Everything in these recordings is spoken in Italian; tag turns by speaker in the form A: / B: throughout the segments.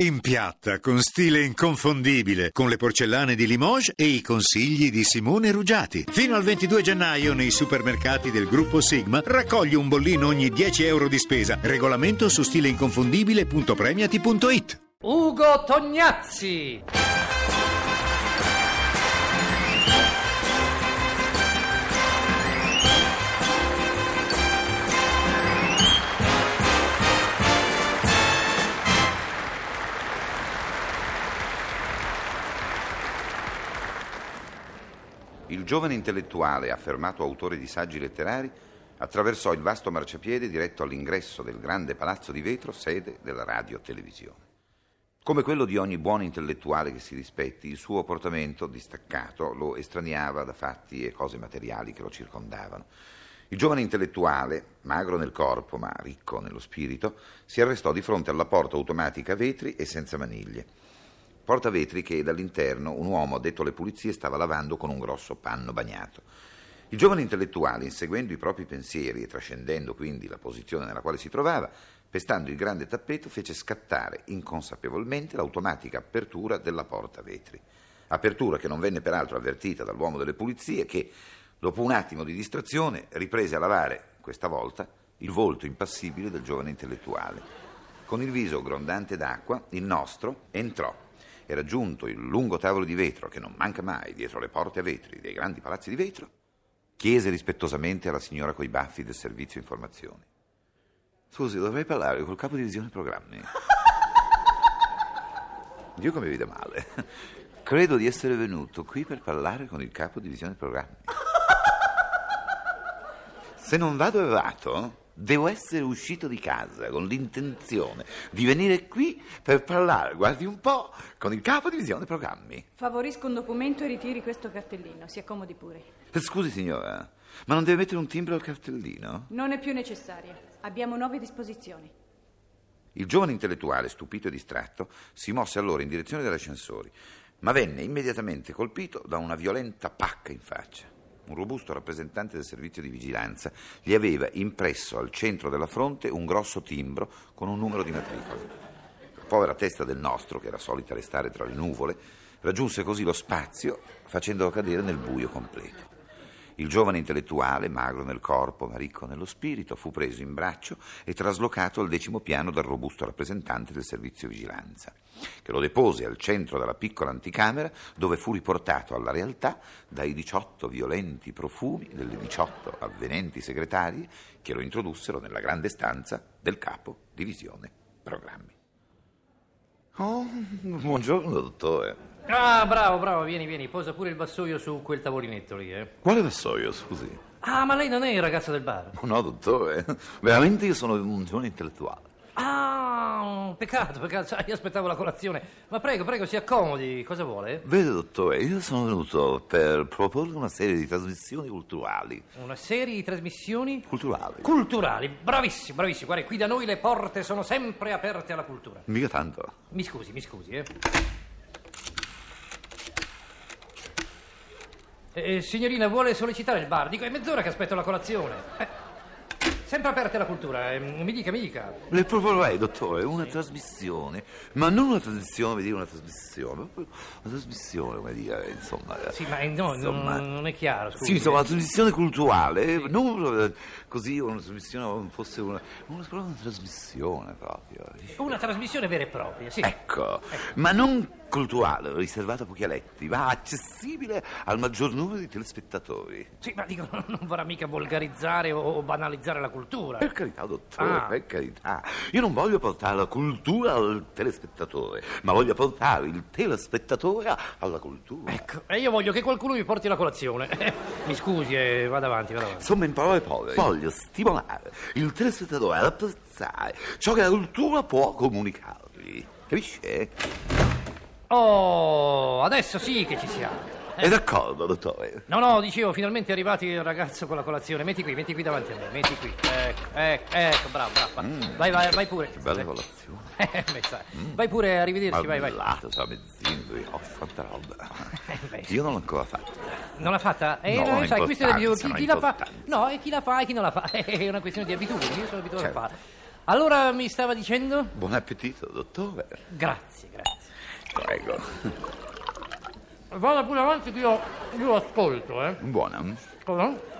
A: In piatta, con stile inconfondibile, con le porcellane di Limoges e i consigli di Simone Ruggiati. Fino al 22 gennaio nei supermercati del gruppo Sigma raccogli un bollino ogni 10 euro di spesa. Regolamento su stileinconfondibile.premiati.it.
B: Ugo Tognazzi.
C: Il giovane intellettuale, affermato autore di saggi letterari, attraversò il vasto marciapiede diretto all'ingresso del grande palazzo di vetro, sede della radio-televisione. Come quello di ogni buon intellettuale che si rispetti, il suo portamento distaccato lo estraniava da fatti e cose materiali che lo circondavano. Il giovane intellettuale, magro nel corpo ma ricco nello spirito, si arrestò di fronte alla porta automatica a vetri e senza maniglie. Porta vetri che dall'interno un uomo detto alle pulizie stava lavando con un grosso panno bagnato. Il giovane intellettuale, inseguendo i propri pensieri e trascendendo quindi la posizione nella quale si trovava, pestando il grande tappeto, fece scattare inconsapevolmente l'automatica apertura della porta vetri. Apertura che non venne peraltro avvertita dall'uomo delle pulizie che, dopo un attimo di distrazione, riprese a lavare, questa volta, il volto impassibile del giovane intellettuale. Con il viso grondante d'acqua, il nostro entrò era giunto il lungo tavolo di vetro che non manca mai dietro le porte a vetri dei grandi palazzi di vetro, chiese rispettosamente alla signora coi baffi del servizio informazioni. Scusi, dovrei parlare col capo divisione programmi. Dio come vede male. Credo di essere venuto qui per parlare con il capo divisione programmi. Se non vado errato, devo essere uscito di casa con l'intenzione di venire qui per parlare, guardi un po', con il capo divisione programmi.
D: Favorisco un documento e ritiri questo cartellino, si accomodi pure.
C: Scusi signora, ma non deve mettere un timbro al cartellino?
D: Non è più necessaria. Abbiamo nuove disposizioni.
C: Il giovane intellettuale, stupito e distratto, si mosse allora in direzione degli ascensori, ma venne immediatamente colpito da una violenta pacca in faccia un robusto rappresentante del servizio di vigilanza, gli aveva impresso al centro della fronte un grosso timbro con un numero di matricola. La povera testa del nostro, che era solita restare tra le nuvole, raggiunse così lo spazio facendolo cadere nel buio completo. Il giovane intellettuale, magro nel corpo ma ricco nello spirito, fu preso in braccio e traslocato al decimo piano dal robusto rappresentante del servizio vigilanza, che lo depose al centro della piccola anticamera dove fu riportato alla realtà dai 18 violenti profumi delle 18 avvenenti segretarie che lo introdussero nella grande stanza del capo divisione programmi. Oh, buongiorno dottore.
B: Ah, bravo, bravo, vieni, vieni, posa pure il vassoio su quel tavolinetto lì, eh.
C: Quale vassoio, scusi?
B: Ah, ma lei non è il ragazzo del bar.
C: Oh, No, dottore, veramente io sono un giovane intellettuale.
B: Ah, peccato, peccato, sai, io aspettavo la colazione. Ma prego, prego, si accomodi, cosa vuole?
C: Vede, dottore, io sono venuto per proporre una serie di trasmissioni culturali.
B: Una serie di trasmissioni
C: Culturali?
B: culturali. Bravissimo, bravissimo. Guarda, qui da noi le porte sono sempre aperte alla cultura.
C: Mica tanto.
B: Mi scusi, mi scusi, eh. Eh, signorina, vuole sollecitare il bar? Dico, è mezz'ora che aspetto la colazione. Eh, sempre aperte alla cultura, eh, mi dica, mi dica.
C: Le proporrei, dottore, una trasmissione, ma non una trasmissione, come dire, una trasmissione, proprio una trasmissione, come dire, insomma.
B: Sì, ma eh, no,
C: Insomma.
B: non, non è chiaro, scusi.
C: Sì, insomma, una trasmissione culturale, non eh, così una trasmissione fosse una, una, proprio una trasmissione proprio.
B: Una trasmissione vera e propria, sì.
C: Ecco, ma non culturale, riservata a pochi eletti, ma accessibile al maggior numero di telespettatori.
B: Sì, ma dico, non vorrà mica volgarizzare o, o banalizzare la cultura.
C: Per carità, dottore,
B: Ah.
C: per carità. Io non voglio portare la cultura al telespettatore, ma voglio portare il telespettatore alla cultura.
B: Ecco, e io voglio che qualcuno mi porti la colazione. mi scusi, eh, vada avanti, vada avanti.
C: Insomma, in parole povere, voglio stimolare il telespettatore ad apprezzare ciò che la cultura può comunicargli. Capisce?
B: Oh, adesso sì che ci siamo.
C: È d'accordo, dottore?
B: No, no, dicevo, finalmente è arrivato il ragazzo con la colazione. Metti qui, metti qui davanti a me, metti qui. Ecco, ecco, ecco, bravo, bravo. Vai, vai, vai pure.
C: Mm. Che Mm. bella
B: Eh,
C: colazione.
B: eh, beh, sai. Vai pure, arrivederci, vai, vai.
C: Marmellato, tramezzino, oh, quanta roba.
B: beh.
C: Io non l'ho ancora fatta.
B: Non l'ha fatta? Eh,
C: No,
B: no,
C: è
B: sai, questo è
C: importanza,
B: chi, chi la fa?
C: importanza.
B: No, e chi la fa e chi non la fa. È una questione di abitudini, io sono abituato a
C: Certo.
B: farla. Allora mi stava dicendo?
C: Buon appetito, dottore.
B: Grazie, grazie.
C: Prego.
B: Vada pure avanti che io, io ascolto, eh.
C: Buona.
B: Cosa?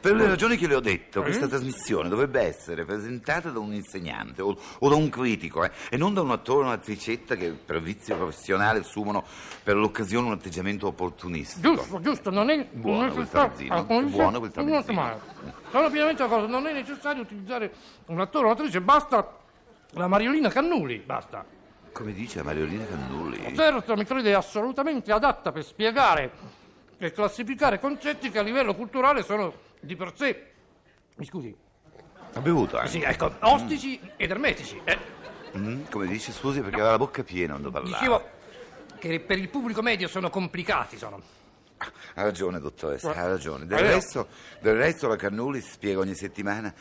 C: Per le ragioni che le ho detto,
B: Mm?
C: questa trasmissione dovrebbe essere presentata da un insegnante o, o da un critico, eh, e non da un attore o un'attricetta che per vizio professionale assumono per l'occasione un atteggiamento opportunistico.
B: Giusto, giusto, non è ah,
C: Buono quel tramezzino, buono quel tramezzino.
B: Sono pienamente d'accordo, non è necessario utilizzare un attore o un'attrice, basta la Mariolina Cannuli, basta.
C: Come dice Mariolina Cannulli.
B: Certo, mi crede assolutamente adatta per spiegare e classificare concetti che a livello culturale sono di per sé, mi scusi,
C: Ha bevuto anche.
B: sì, ecco, ostici ed ermetici. Eh,
C: Mm, come dice, scusi perché aveva la bocca piena quando parlava.
B: dicevo che per il pubblico medio sono complicati, sono.
C: Ha ragione, dottoressa, ha ragione. Del
B: Eh, no.
C: resto, del resto la Cannulli spiega ogni settimana.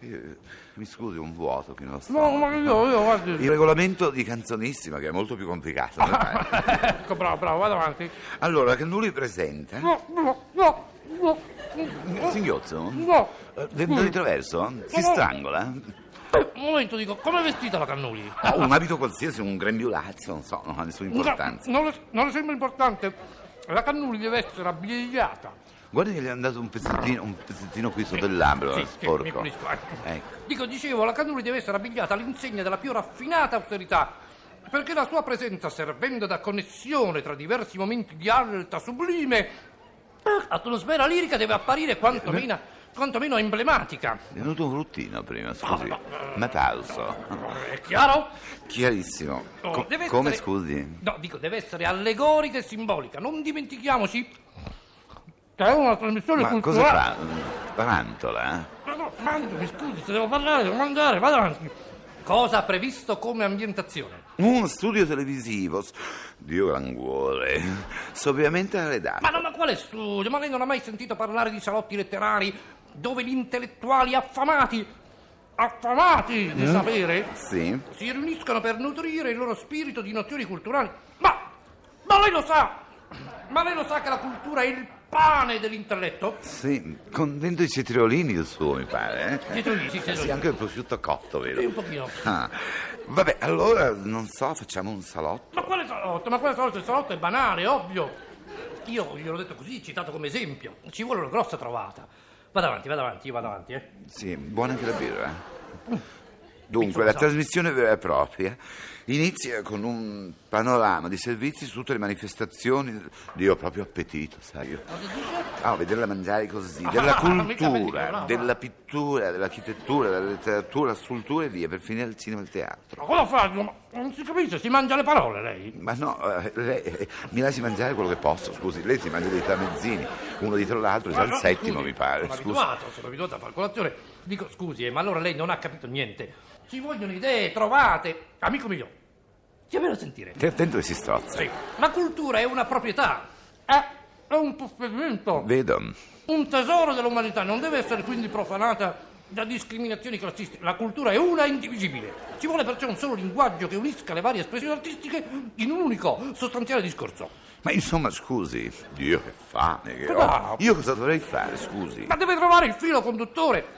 C: Eh, mi scusi, un vuoto che non
B: No, ma io, io, guardi.
C: Il regolamento di canzonissima, che è molto più complicato. non è?
B: ecco, bravo, bravo, vado avanti.
C: allora, la Cannulli presenta.
B: No, no, no, no.
C: Singhiozzo?
B: No. Mm.
C: Eh, Dentro di traverso? Si strangola?
B: Un momento, dico, come è vestita la Cannuli?
C: Ha un abito qualsiasi, un grembiulazzo, non so, non ha nessuna importanza.
B: Non le, non le sembra importante. La Cannuli deve essere abbigliata.
C: Guarda che gli è andato un pezzettino, un pezzettino qui sotto il labbro,
B: Sì,
C: eh,
B: sì, mi
C: sporco.
B: pulisco, eh.
C: Ecco.
B: Dico, dicevo, la Cannuli deve essere abbigliata all'insegna della più raffinata austerità. Perché la sua presenza, servendo da connessione tra diversi momenti di alta, sublime eh, atmosfera lirica, deve apparire quantomeno, quantomeno emblematica.
C: È venuto un ruttino prima, scusi. Ma pauso.
B: È chiaro?
C: Chiarissimo.
B: Oh,
C: Co-
B: deve
C: come
B: essere-
C: scusi?
B: No, dico, deve essere allegorica e simbolica. Non dimentichiamoci che è una trasmissione
C: Ma cosa
B: culturale.
C: fa? eh? Rantola?
B: Ma no, Mando, mi scusi, se devo parlare, devo mandare, vado avanti. Cosa ha previsto come ambientazione?
C: Un studio televisivo. s- Dio languore. Sobriamente arredato.
B: Ma no, ma quale studio? Ma lei non ha mai sentito parlare di salotti letterari dove gli intellettuali affamati, affamati
C: Eh?
B: di sapere,
C: Sì.
B: si riuniscono per nutrire il loro spirito di nozioni culturali. Ma, ma lei lo sa! Ma lei lo sa che la cultura è il pane dell'intelletto?
C: Sì, con dentro i cetriolini il suo, mi pare. eh?
B: Dietro lì, sì, dietro
C: Sì,
B: lì.
C: anche il prosciutto cotto,
B: Sì, un
C: vero?
B: pochino.
C: Ah. Vabbè, allora, non so, facciamo un salotto.
B: Ma quale salotto? Ma quale salotto? Il salotto è banale, ovvio. Io gliel'ho detto così, citato come esempio. Ci vuole una grossa trovata. Vado avanti, vado avanti, io vado avanti, eh.
C: Sì, buona anche la birra. eh. Dunque, la trasmissione vera e propria inizia con un panorama di servizi su tutte le manifestazioni. Dio, proprio appetito, sai io.
B: Cosa dice?
C: Ah, vederla mangiare così,
B: Ah,
C: della
B: mica appetito, no,
C: cultura,
B: no.
C: della pittura, dell'architettura, della letteratura, scultura e via, per finire al cinema e al teatro.
B: Ma cosa fa? Ma non si capisce, si mangia le parole lei.
C: Ma no, eh, lei, eh, mi lasci mangiare quello che posso, scusi, lei si mangia dei tramezzini, uno dietro l'altro, già
B: Ma
C: il
B: no,
C: settimo
B: scusi,
C: mi pare,
B: Sono
C: scusi.
B: abituato, sono abituato a fare colazione. Dico, scusi, eh, ma allora lei non ha capito niente. Ci vogliono idee, trovate. Amico mio, chiamelo a sentire.
C: Stai attento che si strozza.
B: Sì. La cultura è una proprietà. È, è un possedimento.
C: Vedo. mm,
B: un tesoro dell'umanità, non deve essere quindi profanata da discriminazioni classiste. La cultura è una e indivisibile. Ci vuole perciò un solo linguaggio che unisca le varie espressioni artistiche in un unico, sostanziale discorso.
C: Ma insomma, scusi, Dio che fame che
B: Ma
C: ho. Io cosa dovrei fare, scusi?
B: Ma deve trovare il filo conduttore.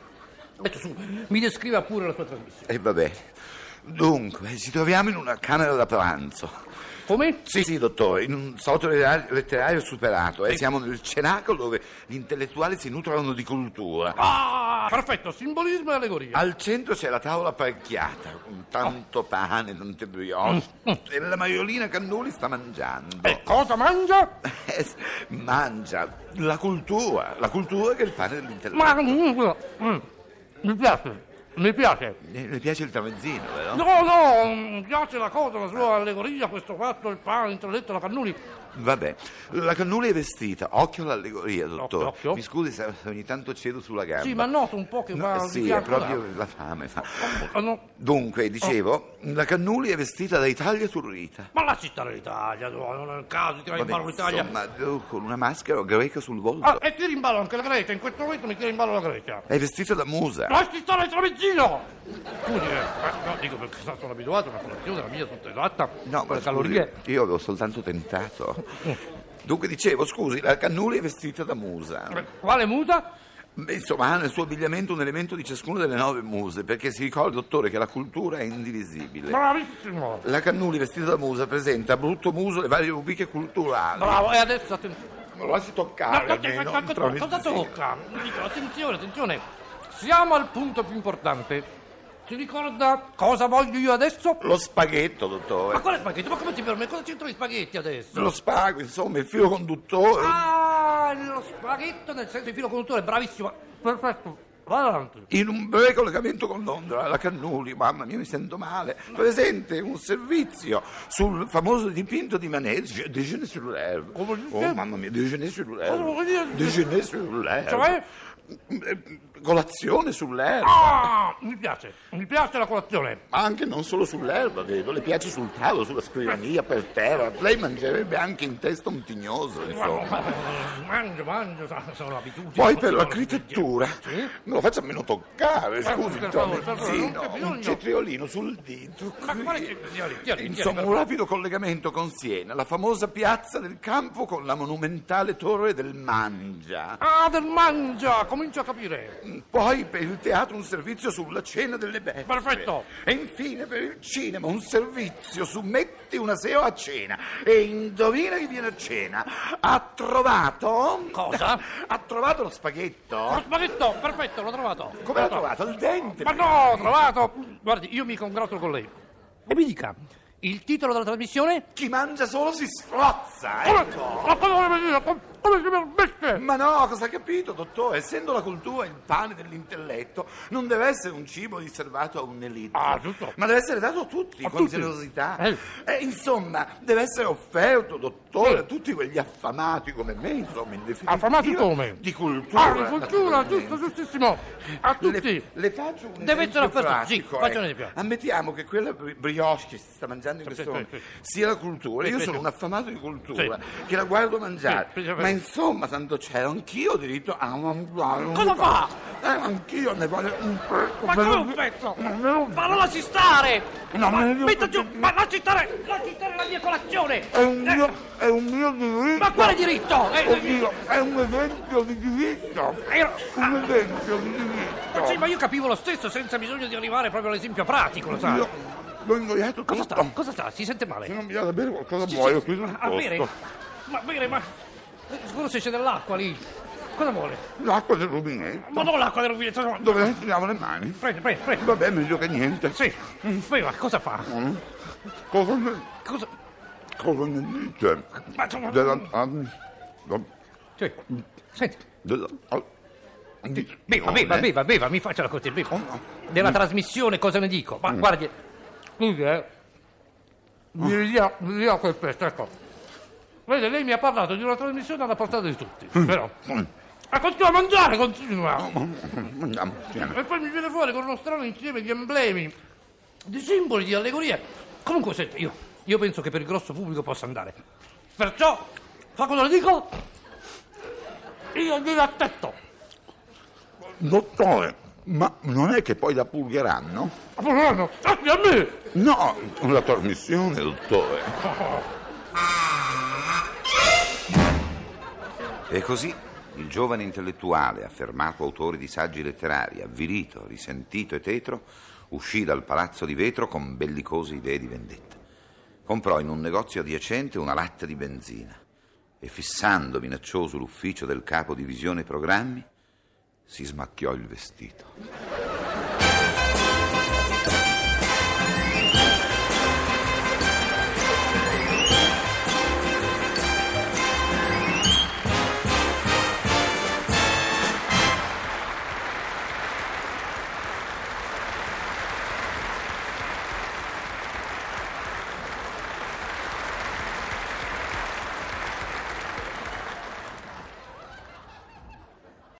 B: Adesso su, mi descriva pure la sua trasmissione.
C: E va bene. Eh, Dunque, ci troviamo in una camera da pranzo.
B: Come?
C: Sì, sì, dottore, in un salto letterario, letterario superato. eh. Siamo nel cenacolo dove gli intellettuali si nutrono di cultura.
B: Ah, perfetto, simbolismo e allegoria.
C: Al centro c'è la tavola apparecchiata, con tanto pane, tante brioche.
B: Mm.
C: E la maiolina Cannuli sta mangiando.
B: E cosa mangia?
C: Eh, s- Mangia la cultura, la cultura che è il pane dell'intelletto.
B: Ma mm, mi piace, mi piace.
C: Le le piace il tramezzino, vero?
B: No, no, mm, mi piace la cosa, la sua allegoria, questo fatto, il pane, l'intelletto, la cannuli.
C: Vabbè, la cannuli è vestita, occhio all'allegoria, dottore.
B: occhio.
C: Mi scusi se ogni tanto cedo sulla gamba.
B: Sì, ma noto un po' che
C: No,
B: va
C: eh,
B: di
C: sì, è
B: fianco là.
C: proprio la fame. fa.
B: Ah, no.
C: Dunque, dicevo, la cannuli è vestita da Italia turrita.
B: Ma la città dell'Italia, no, non è il caso, tira in
C: Vabbè,
B: ballo l'Italia.
C: Insomma, eh, con una maschera greca sul volto.
B: Ah, e tira in ballo anche la Grecia, in questo momento mi tira in ballo la Grecia.
C: È vestita da musa.
B: Lasci stare il tramezzino! Scusi, eh, eh, no, dico perché sono abituato a una colazione, la mia è tutta esatta,
C: No,
B: con
C: ma
B: le
C: scusi,
B: calorie.
C: io avevo soltanto tentato. Dunque, dicevo, scusi, la cannuli è vestita da musa.
B: Eh, Quale muta?
C: Insomma, ha nel suo abbigliamento un elemento di ciascuna delle nove muse, perché si ricorda, dottore, che la cultura è indivisibile.
B: Bravissimo!
C: La Cannuli vestita da musa presenta a brutto muso le varie rubriche culturali.
B: Bravo, e adesso attenzione.
C: Ma lo lasci
B: Ma
C: toccare
B: cosa-
C: almeno,
B: ma
C: mi
B: cosa-
C: trovi
B: cosa
C: zitto.
B: tocca? Mi dico, attenzione, attenzione. Siamo al punto più importante. Ti ricorda cosa voglio io adesso?
C: Lo spaghetto,
B: Ma
C: dottore.
B: quale spaghetti? Ma come ti permetti? Cosa c'entrano gli spaghetti adesso?
C: Lo spago, insomma, il filo conduttore.
B: Ah, lo spaghetto nel senso di filo conduttore, bravissimo. Perfetto, vai avanti.
C: In un breve collegamento con Londra, la Cannuli, mamma mia mi sento male, presente un servizio sul famoso dipinto di Manet, Déjeuner sur l'herbe.
B: Come dice?
C: Oh mamma mia, Déjeuner sur
B: Cosa vuol dire?
C: l'herbe. Déjeuner sur l'herbe.
B: Cioè?
C: Eh, Colazione sull'erba,
B: Ah, mi piace, mi piace la colazione.
C: ma anche non solo sull'erba, vedo, le piace sul tavolo, sulla scrivania, per terra. Lei mangerebbe anche in testa un tignoso, insomma.
B: Mangio, mangio, sa- sono abitudini.
C: Poi per
B: sono
C: l'architettura,
B: Sì?
C: me lo faccia almeno toccare,
B: Per-
C: scusi,
B: Eh, per favore, per favore, non
C: Tomezzino,
B: c'è
C: un
B: bisogno.
C: cetriolino sul dito.
B: Ma
C: qui.
B: quale che- tieni, tieni,
C: Insomma,
B: tieni,
C: un rapido collegamento con Siena, la famosa piazza del campo con la monumentale torre del Mangia.
B: Ah, del mangia, comincio a capire.
C: Poi per il teatro un servizio sulla cena delle bestie.
B: Perfetto.
C: E infine per il cinema un servizio su Metti una sera a cena. E indovina chi viene a cena. Ha trovato...
B: Cosa?
C: Ha trovato lo spaghetto.
B: Lo spaghetto, perfetto, l'ho trovato.
C: Come l'ha trovato? Al dente.
B: Ma no, ho trovato. Guardi, io mi congratulo con lei. E mi dica, il titolo della trasmissione?
C: Chi mangia solo si strozza,
B: Come,
C: ecco.
B: ma come vuole dire? Come, come si permette?
C: Ma no, cosa ha capito, dottore? Essendo la cultura il pane dell'intelletto, non deve essere un cibo riservato a un'elite.
B: Ah, giusto.
C: Ma deve essere dato a tutti,
B: A
C: con
B: tutti.
C: generosità.
B: Eh.
C: E insomma, deve essere offerto, dottore,
B: Sì.
C: a tutti quegli affamati come me, insomma, in definitiva.
B: Affamati come?
C: Di cultura.
B: Ah, di cultura,
C: naturalmente.
B: giusto, giustissimo. A tutti.
C: Le, le faccio un
B: Deve essere
C: esempio
B: offerto, sì,
C: pratico,
B: faccia un
C: ecco.
B: esempio.
C: Ammettiamo che quella bri- brioche che si sta mangiando in questo
B: sì,
C: momento
B: sì.
C: sia la cultura.
B: Sì,
C: Io
B: sì,
C: sono
B: sì.
C: un affamato di cultura
B: Sì.
C: che la guardo mangiare.
B: Sì, sì, sì.
C: Ma insomma, tanto c'ero, anch'io ho diritto a mangiare.
B: Cosa fa?
C: Eh, anch'io ne voglio un pezzo.
B: Ma come un pezzo? Ma non lasci stare!
C: No,
B: ma
C: ma io-
B: metta giù! Ma lasci stare! Lasci stare la mia colazione!
C: È un
B: Eh,
C: mio, è un mio diritto.
B: ma quale diritto? Eh,
C: Oddio, è un esempio di diritto.
B: Era-
C: Un esempio di diritto.
B: ma sì, ma io capivo lo stesso senza bisogno di arrivare proprio all'esempio pratico, lo sa.
C: Io l'ho ingoiato
B: Cosa
C: tutto.
B: sta? Cosa sta? Si sente male?
C: Se non mi dà da bere qualcosa
B: Sì,
C: muoio
B: sì.
C: qui sul
B: A bere?
C: posto.
B: Ma bere, ma. Forse c'è dell'acqua lì. Cosa vuole?
C: L'acqua del rubinetto.
B: Ma non l'acqua del rubinetto. no.
C: Dove le tiriamo le mani?
B: Prendi, prendi, prendi.
C: Vabbè, meglio che niente.
B: Sì. Beva, cosa fa?
C: Cosa ne,
B: Cosa.
C: cosa ne dice?
B: Ma tu-
C: Della... ah, do-
B: Sì. Senti.
C: della ah, di-
B: Beva, beva,
C: eh.
B: beva, beva, mi faccia la cortesia, beva. Della trasmissione cosa ne dico? Ma guardi, scusi, eh. Vi ridia- vi ridia quel pezzo, ecco. Vede, lei mi ha parlato di una trasmissione alla portata di tutti, però... Ma continua a mangiare, continua!
C: Andiamo insieme.
B: E poi mi viene fuori con uno strano insieme di emblemi, di simboli, di allegorie. Comunque, senti, io, io penso che per il grosso pubblico possa andare. Perciò, fa cosa le dico? Io glielo attetto.
C: Dottore, ma non è che poi la pulgheranno?
B: Ma buono, tacchi a me!
C: No, la trasmissione, dottore.
E: E così il giovane intellettuale, affermato autore di saggi letterari, avvilito, risentito e tetro, uscì dal palazzo di vetro con bellicose idee di vendetta. Comprò in un negozio adiacente una latta di benzina e fissando minaccioso l'ufficio del capo divisione programmi, si smacchiò il vestito.